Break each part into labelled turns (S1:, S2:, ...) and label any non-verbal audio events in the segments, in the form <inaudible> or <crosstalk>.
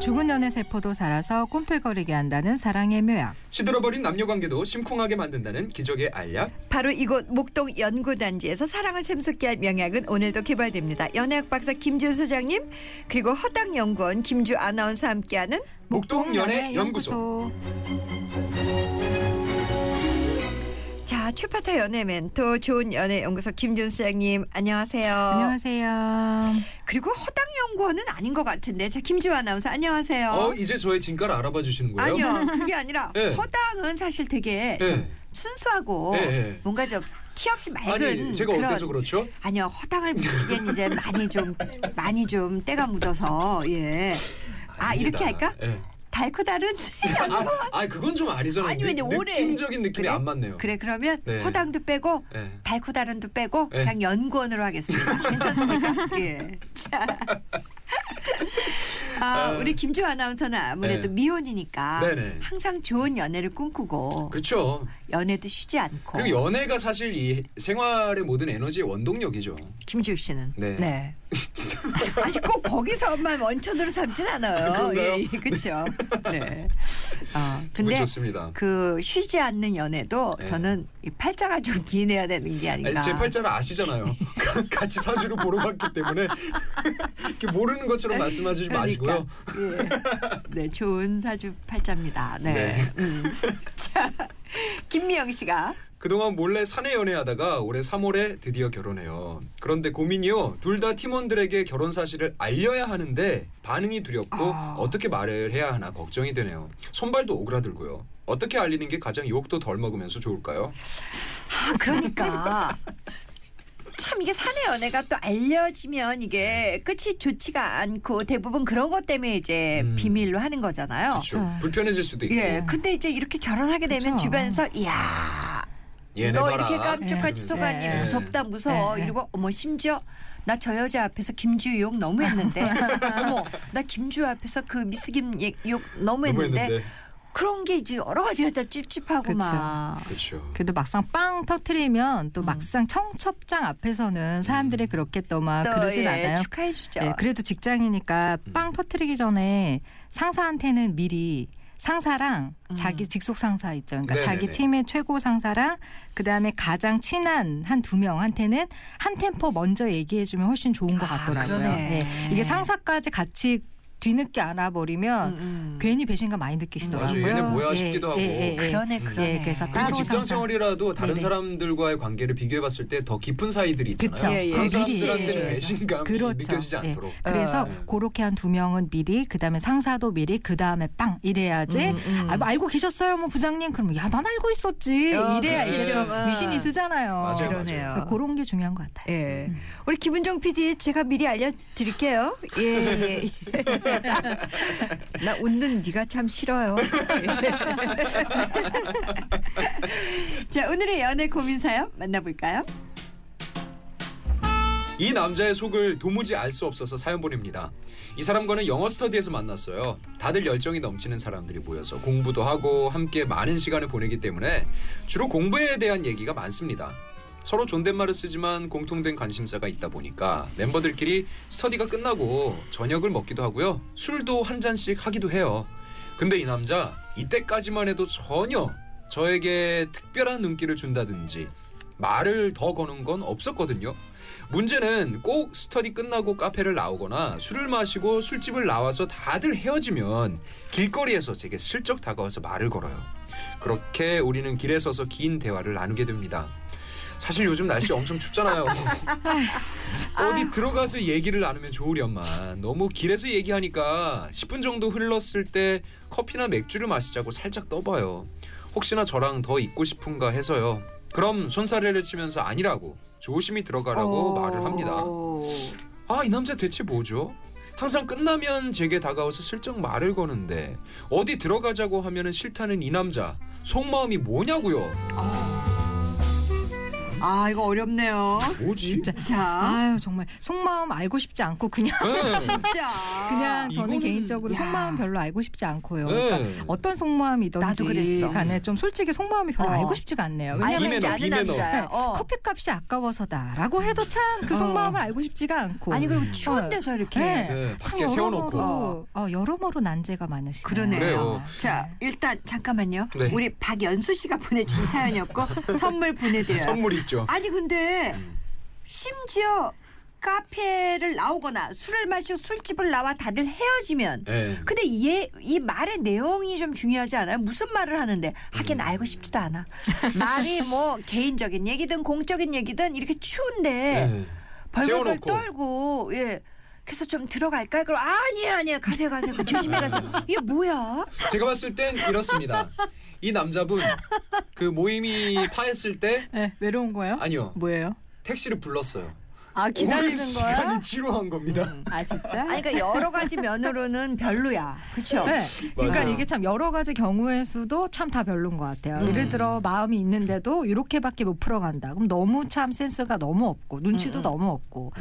S1: 죽은 연애 세포도 살아서 꿈틀거리게 한다는 사랑의 묘약.
S2: 시들어버린 남녀 관계도 심쿵하게 만든다는 기적의 알약.
S3: 바로 이곳 목동 연구단지에서 사랑을 샘솟게 할 명약은 오늘도 개발됩니다. 연예학 박사 김준 소장님 그리고 허당 연구원 김주 아나운서 함께하는
S2: 목동 연애 연구소.
S3: 자 최파타 연애 멘토 좋은 연애 연구소 김준 소장님 안녕하세요.
S1: 안녕하세요.
S3: 그리고 허당 연구원은 아닌 것 같은데 자 김주 아나운서 안녕하세요.
S2: 어 이제 저의 진가를 알아봐 주시는 거예요?
S3: 아니요 음, 그게 아니라
S2: <laughs> 예.
S3: 허당은 사실 되게
S2: 예.
S3: 순수하고
S2: 예, 예.
S3: 뭔가 좀 티 없이 맑은
S2: 아니 제가
S3: 그런
S2: 어때서 그렇죠?
S3: 아니요 허당을 무시기엔 이제 많이 좀 많이 좀 때가 묻어서 예. 아
S2: 아닙니다.
S3: 이렇게 할까?
S2: 예. <laughs>
S3: 달코달은
S2: 아, 아 그건 좀 아니잖아요.
S3: 아니,
S2: 느-
S3: 근데 올해-
S2: 느낌적인 느낌이
S3: 그래?
S2: 안 맞네요.
S3: 그래 그러면
S2: 네.
S3: 허당도 빼고
S2: 예.
S3: 달코달은도 빼고
S2: 네.
S3: 그냥
S2: <laughs>
S3: 연구원으로 하겠습니다. 괜찮습니까? 예. 자. 아, 우리 김주 아나운서는 아무래도
S2: 네.
S3: 미혼이니까
S2: 네네.
S3: 항상 좋은 연애를 꿈꾸고
S2: 그렇죠.
S3: 연애도 쉬지 않고
S2: 그리고 연애가 사실 이 생활의 모든 에너지의 원동력이죠.
S3: 김지우 씨는
S2: 네.
S3: <laughs> 아니 꼭 거기서만 원천으로 삼진 않아요.
S2: 아, 그런가요?
S3: 그렇죠.
S2: <laughs>
S3: 네. 어,
S2: 기분
S3: 근데
S2: 좋습니다.
S3: 그 쉬지 않는 연애도
S2: 네.
S3: 저는 이 팔자가 좀 기내야 되는 게 아닌가.
S2: 아니, 제 팔자를
S3: <laughs>
S2: 아시잖아요. <laughs> 같이 사주를 보러 갔기 때문에 <laughs> 이렇게 모르는 것처럼 말씀하지 마시고요.
S3: 그러니까, 예. 네, 좋은 사주 팔자입니다. 네.
S2: 네.
S3: 음. <laughs> 자, 김미영 씨가
S2: 그동안 몰래 사내 연애하다가 올해 3월에 드디어 결혼해요. 그런데 고민이요. 둘 다 팀원들에게 결혼 사실을 알려야 하는데 반응이 두렵고
S3: 아.
S2: 어떻게 말을 해야 하나 걱정이 되네요. 손발도 오그라들고요. 어떻게 알리는 게 가장 욕도 덜 먹으면서 좋을까요?
S3: 아, 그러니까. <laughs> 참 이게 사내 연애가 또 알려지면 이게 끝이 좋지가 않고 대부분 그런 것 때문에 이제
S2: 음.
S3: 비밀로 하는 거잖아요. 네.
S2: 그렇죠.
S1: 그렇죠.
S2: 불편해질 수도 있고.
S3: 예. 근데 이제 이렇게 결혼하게 되면
S1: 그렇죠.
S3: 주변에서 이야.
S2: 얘네
S3: 너
S2: 봐라.
S3: 이렇게 깜짝같이
S2: 예.
S3: 속았니
S1: 예.
S3: 무섭다 무서워
S1: 예.
S3: 이러고 어머 심지어 나 저 여자 앞에서 김지우 욕 너무 했는데 어머 나 김지우 앞에서 그 미스김 얘- 욕
S2: 너무
S3: 너무 했는데,
S2: 했는데.
S3: 그런 게 이제 여러 가지가 다 찝찝하고
S1: 그쵸.
S3: 막
S2: 그렇죠.
S1: 그래도 막상 빵 터트리면 또 막상 청첩장 앞에서는
S2: 음.
S1: 사람들이 그렇게 또 막
S3: 또,
S1: 그러진
S3: 예,
S1: 않아요.
S3: 축하해 주죠.
S1: 예, 그래도 직장이니까
S2: 음.
S1: 빵 터트리기 전에 상사한테는 미리 상사랑 자기 직속 상사 있죠. 그러니까
S2: 음. 네네네.
S1: 자기 팀의 최고 상사랑 그다음에 가장 친한 한 두 명한테는 한 템포 먼저 얘기해 주면 훨씬 좋은 것
S3: 아,
S1: 같더라고요.
S3: 그러네.
S1: 예, 이게 상사까지 같이 뒤늦게 알아버리면
S3: 음, 음.
S1: 괜히 배신감 많이 느끼시더라고요.
S2: 맞아요. 얘네 뭐야 싶기도 하고.
S3: 그러네
S2: 음.
S3: 그러네.
S1: 예, 그래서 따로
S2: 그리고 직장
S1: 상상.
S2: 생활이라도 다른
S1: 네네.
S2: 사람들과의 관계를 비교해봤을 때 더 깊은 사이들이
S1: 그쵸.
S2: 있잖아요.
S3: 예, 예.
S2: 그런
S3: 미리
S2: 사람들한테는
S3: 얘기해줘야죠.
S2: 배신감이
S1: 그렇죠.
S2: 느껴지지
S1: 예.
S2: 않도록.
S1: 그래서
S2: 아,
S3: 어.
S1: 그렇게 한 두 명은 미리 그다음에 상사도 미리 그다음에 빵 이래야지
S3: 음, 음.
S1: 아, 뭐 알고 계셨어요 뭐 부장님 그러면 야난 알고 있었지
S3: 어,
S1: 이래야
S2: 그치.
S1: 이제 좀
S3: 어.
S1: 위신이 쓰잖아요
S2: 맞아요,
S3: 그러네요. 그러니까.
S1: 그런 음. 게 중요한 것 같아요
S3: 예. 우리 김은정 PD 제가 미리 알려드릴게요. 예, 예.
S1: <laughs>
S3: 나 웃는 네가
S1: <laughs>
S3: 참 싫어요. 자, 오늘의 연애 고민 사연 만나볼까요?
S2: 이 남자의 속을 도무지 알 수 없어서 사연 보냅니다. 이 사람과는 영어 스터디에서 만났어요. 다들 열정이 넘치는 사람들이 모여서 공부도 하고 함께 많은 시간을 보내기 때문에 주로 공부에 대한 얘기가 많습니다. 서로 존댓말을 쓰지만 공통된 관심사가 있다 보니까 멤버들끼리 스터디가 끝나고 저녁을 먹기도 하고요. 술도 한 잔씩 하기도 해요. 근데 이 남자 이때까지만 해도 전혀 저에게 특별한 눈길을 준다든지 말을 더 거는 건 없었거든요. 문제는 꼭 스터디 끝나고 카페를 나오거나 술을 마시고 술집을 나와서 다들 헤어지면 길거리에서 제게 슬쩍 다가와서 말을 걸어요. 그렇게 우리는 길에 서서 긴 대화를 나누게 됩니다. 사실 요즘 날씨 엄청 춥잖아요. 어디 들어가서 얘기를 나누면 좋으련만 너무 길에서 얘기하니까 10분 정도 흘렀을 때 커피나 맥주를 마시자고 살짝 떠봐요. 혹시나 저랑 더 있고 싶은가 해서요. 그럼 손사래를 치면서 아니라고 조심히 들어가라고
S3: 오.
S2: 말을 합니다. 아 이 남자 대체 뭐죠? 항상 끝나면 제게 다가와서 슬쩍 말을 거는데 어디 들어가자고 하면은 싫다는 이 남자 속마음이 뭐냐고요?
S3: 아 이거 어렵네요.
S2: 뭐지?
S1: 진짜.
S3: 자,
S1: 아유 정말 속마음 알고 싶지 않고 그냥
S2: 네.
S3: 자,
S1: 그냥 저는
S2: 이거는-
S1: 개인적으로
S3: 아, 야.
S1: 속마음 별로 알고 싶지 않고요.
S2: 네.
S1: <laughs> 그러니까 어떤 속마음이든지
S3: 나도 그랬어.
S1: 간에 좀 솔직히 속마음이 별로
S3: 어.
S1: 알고 싶지가 않네요.
S3: 알면
S2: 김해노,
S3: 나는
S2: 김해노.
S3: 남자야.
S1: 네,
S3: 어.
S1: 커피값이 아까워서다라고 해도 참 그
S3: 어.
S1: 속마음을 알고 싶지가 않고
S3: 아니 그리고
S1: 어.
S3: 추운 데서 이렇게
S1: 네.
S2: 네,
S1: 참
S2: 밖에 세워놓고.
S1: 여러모로 어, 여러모로 난제가 많으시네요.
S3: 그러네요.
S2: 그래요.
S3: 자, 일단 잠깐만요.
S2: 네.
S3: 우리 박연수 씨가 보내준
S2: <laughs>
S3: 사연이었고 선물 보내드려요.
S2: 선물 음. 있죠.
S3: 아니 근데 심지어 카페를 나오거나 술을 마시고 술집을 나와 다들 헤어지면
S2: 예.
S3: 근데 얘, 이 말의 내용이 좀 중요하지 않아요? 무슨 말을 하는데 하긴
S2: 음.
S3: 알고 싶지도
S2: <laughs>
S3: 않아. 말이 뭐 개인적인 얘기든 공적인 얘기든 이렇게 추운데
S2: 예.
S3: 벌벌벌
S2: 세워놓고.
S3: 떨고 예. 그래서 좀 들어갈까? 그럼 아니야 아니야 가세요 가세요
S2: 네.
S3: 그 조심히 가세요. 이게 뭐야?
S2: 제가 봤을 땐 이렇습니다. 이 남자분 그 모임이 파했을 때
S1: 네, 외로운 거예요?
S2: 아니요
S1: 뭐예요?
S2: 택시를 불렀어요.
S1: 아
S2: 오랜
S1: 기다리는 거야?
S2: 시간이 지루한 겁니다.
S1: 아 진짜?
S3: 아니 그러니까 여러 가지 면으로는 별로야. 그렇죠?
S1: 네. 그러니까
S2: 맞아요.
S1: 이게 참 여러 가지 경우의 수도 참 다 별론 것 같아요.
S2: 음.
S1: 예를 들어 마음이 있는데도 이렇게밖에 못 풀어간다. 그럼 너무 참 센스가 너무 없고 눈치도 너무 없고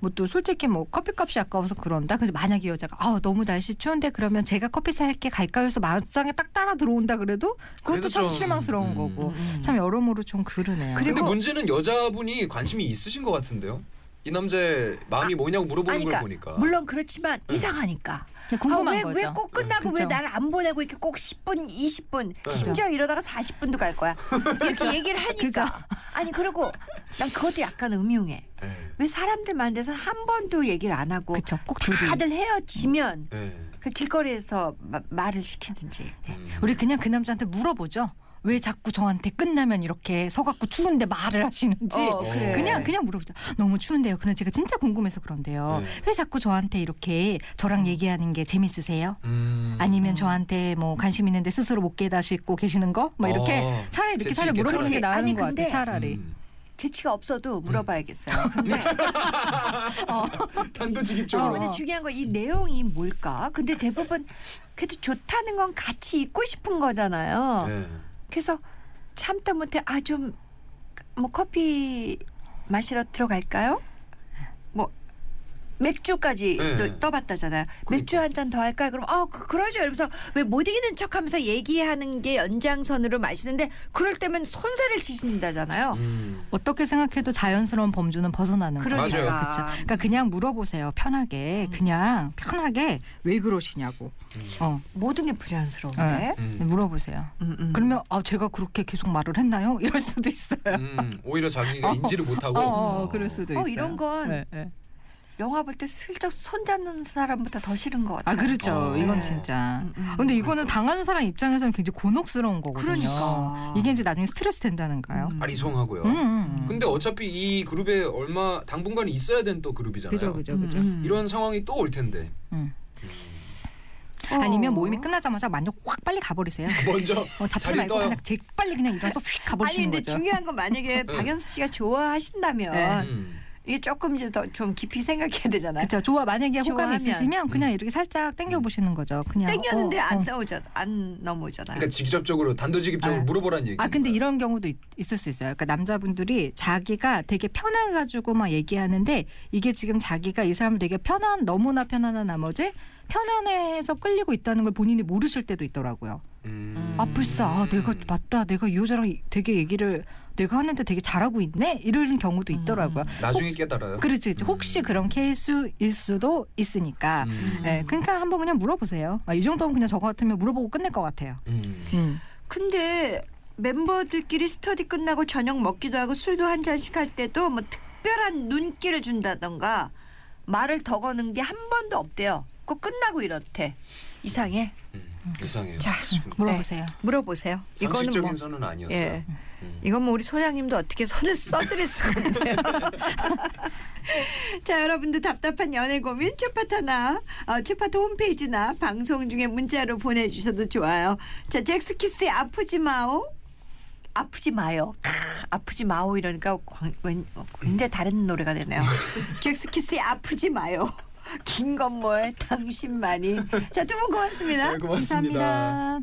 S1: 뭐 또 솔직히 뭐 커피값이 아까워서 그런다. 그래서 만약에 여자가 아 너무 날씨 추운데 그러면 제가 커피 살게 갈까요? 해서 마상에 딱 따라 들어온다 그래도 그것도
S2: 그래도
S1: 참
S2: 좀,
S1: 실망스러운
S2: 음.
S1: 거고 참 여러모로 좀 그러네요.
S3: 그리고-
S2: 근데 문제는 여자분이 관심이 있으신 것 같은데요. 이 남자의 마음이 뭐냐고 물어보는
S3: 아니,
S2: 걸
S3: 그러니까
S2: 보니까.
S3: 물론 그렇지만 이상하니까.
S1: 그냥 궁금한
S3: 아,
S1: 거죠.
S3: 왜 꼭 끝나고
S1: 그쵸.
S3: 왜 날 안 보내고 이렇게 꼭 10분, 20분,
S2: 그쵸.
S3: 심지어 이러다가 40분도 갈 거야. 이렇게 얘기를 하니까. 아니 그리고 난 그것도 약간 음흉해.
S2: 네.
S3: 왜 사람들 많은 데서 한 번도 얘기를 안 하고
S1: 그쵸. 꼭 둘이.
S3: 뭐 다들 헤어지면
S2: 네.
S3: 그 길거리에서 마- 말을 시키든지.
S2: 음.
S1: 우리 그냥 그 남자한테 물어보죠. 왜 자꾸 저한테 끝나면 이렇게 서갖고 추운데 말을 하시는지
S3: 어, 그래.
S1: 그냥 그냥 물어보죠. 너무 추운데요. 그럼 제가 진짜 궁금해서 그런데요.
S2: 네.
S1: 왜 자꾸 저한테 이렇게 저랑 얘기하는 게 재밌으세요?
S2: 음.
S1: 아니면 저한테 뭐 관심 있는데 스스로 못 깨닫고 계시는 거? 막 이렇게
S2: 어.
S1: 차라리 이렇게
S2: 재치
S1: 차라리
S2: 있게
S1: 물어보는 게
S3: 차라리.
S1: 나은
S3: 아니,
S1: 것 같아.
S3: 근데-
S1: 차라리.
S2: 음.
S3: 재치가 없어도 물어봐야겠어요.
S1: 음.
S3: 근데
S2: 단도직입적으로.
S1: 어,
S3: 근데
S1: 어.
S3: 중요한 건 이 내용이 뭘까? 근데 대부분 그래도 좋다는 건 같이 있고 싶은
S1: 어.
S3: 거잖아요.
S2: 네.
S3: 그래서 참다 못해 아 좀 뭐 커피 마시러 들어갈까요? 뭐 맥주까지
S2: 네.
S3: 또 떠봤다잖아요. 맥주
S2: 그러니까.
S3: 한 잔 더 할까요? 그럼 어 그- 그러죠. 이러면서 왜 못 이기는 척하면서 얘기하는 게 연장선으로 마시는데 그럴 때면 손살을 치신다잖아요.
S2: 음.
S1: 어떻게 생각해도 자연스러운 범주는 벗어나는 거죠.
S3: 그러니까.
S2: 맞아요.
S1: 그쵸? 그러니까 그냥 물어보세요. 편하게 그냥 편하게 왜 그러시냐고. 어,
S3: 모든 게
S1: 네.
S3: 불안스러운데.
S2: 음.
S1: 물어보세요.
S3: 음, 음.
S1: 그러면 아 제가 그렇게 계속 말을 했나요? <laughs> 이럴 수도 있어요.
S2: 음. 오히려 자기가
S1: 어.
S2: 인지를 못하고.
S1: 어, 어, 그럴 수도
S3: 어,
S1: 있어요.
S3: 이런 건-
S1: 네, 네.
S3: 영화 볼 때 슬쩍 손 잡는 사람보다 더 싫은 것 같아요.
S1: 아 그렇죠.
S2: 어.
S1: 이건
S3: 네.
S1: 진짜.
S3: 음, 음.
S1: 근데 이거는 당하는 사람 입장에서는 굉장히 곤혹스러운 거거든요.
S3: 그러니까.
S1: 이게 이제 나중에 스트레스 된다는가요?
S3: 음.
S2: 아리송하고요.
S1: 음. 음.
S2: 근데 어차피 이 그룹에 얼마 당분간 있어야 되는 또 그룹이잖아요.
S1: 그죠 그죠 그죠.
S3: 음, 음.
S2: 이런 상황이 또 올 텐데
S1: 음.
S3: 어.
S1: 아니면 모임이 끝나자마자 완전 확 빨리 가버리세요.
S2: 먼저
S1: 어, 잡지
S2: 자리
S1: 말고
S2: 떠요.
S1: 그냥 제 빨리 그냥 일어서 휙
S3: 아니
S1: 가버리시는
S3: 근데
S1: 거죠.
S3: 중요한 건
S1: <laughs>
S3: 만약에 박연수 씨가 좋아하신다면
S1: 네.
S2: 음.
S3: 이게 조금 이제 더 좀 깊이 생각해야 되잖아요.
S1: 그렇죠. 좋아 만약에 호감
S3: 좋아하면.
S1: 이 있으시면 그냥
S2: 음.
S1: 이렇게 살짝 당겨 보시는 거죠. 그냥 어,
S3: 땡겼는데
S1: 어.
S3: 안 넘어져 안 넘어오잖아요.
S2: 그러니까 직접적으로 단도직입적으로
S1: 아.
S2: 물어보란 얘기.
S1: 아 근데 이런 경우도 있, 을수 있어요. 그러니까 남자분들이 자기가 되게 편해가지고 막 얘기하는데 이게 지금 자기가 이 사람을 되게 편한 너무나 편안한 나머지 편안해서 끌리고 있다는 걸 본인이 모르실 때도 있더라고요.
S2: 음.
S1: 아 불사, 아, 내가 맞다, 내가 이 여자랑 되게 얘기를 내가 하는데 되게 잘하고 있네 이런 경우도 있더라고요.
S2: 음. 나중에 깨달아요.
S1: 그렇지, 그렇지. 혹시 그런 케이스일 수도 있으니까.
S2: 음.
S1: 예, 그러니까 한번 그냥 물어보세요. 아, 이 정도면 그냥 저 같으면 물어보고 끝낼 것 같아요.
S2: 음.
S1: 음.
S3: 근데 멤버들끼리 스터디 끝나고 저녁 먹기도 하고 술도 한 잔씩 할 때도 뭐 특별한 눈길을 준다던가 말을 더 거는 게 한 번도 없대요. 꼭 끝나고 이렇대. 이상해.
S2: 음. 이상해요.
S3: 자, 네.
S1: 물어보세요.
S3: 물어보세요. 이거는
S2: 상식적인
S3: 뭐
S2: 선은 아니었어요.
S3: 예.
S2: 음.
S3: 이건 뭐 우리 소장님도 어떻게 손을 써드릴 수가 없네요. <laughs> 자, 여러분들 답답한 연애 고민 최파타나 어, 최파타 홈페이지나 방송 중에 문자로 보내주셔도 좋아요. 자, 잭스키스의 아프지 마오. 아프지 마요. 크, 아프지 마오 이러니까 광- 웬- 어, 굉장히 다른
S2: <laughs>
S3: 노래가 되네요. 잭스키스의 아프지 마요. 긴 건뭐에 당신만이. 자, 두 분 고맙습니다.
S2: 네, 고맙습니다.
S1: 감사합니다.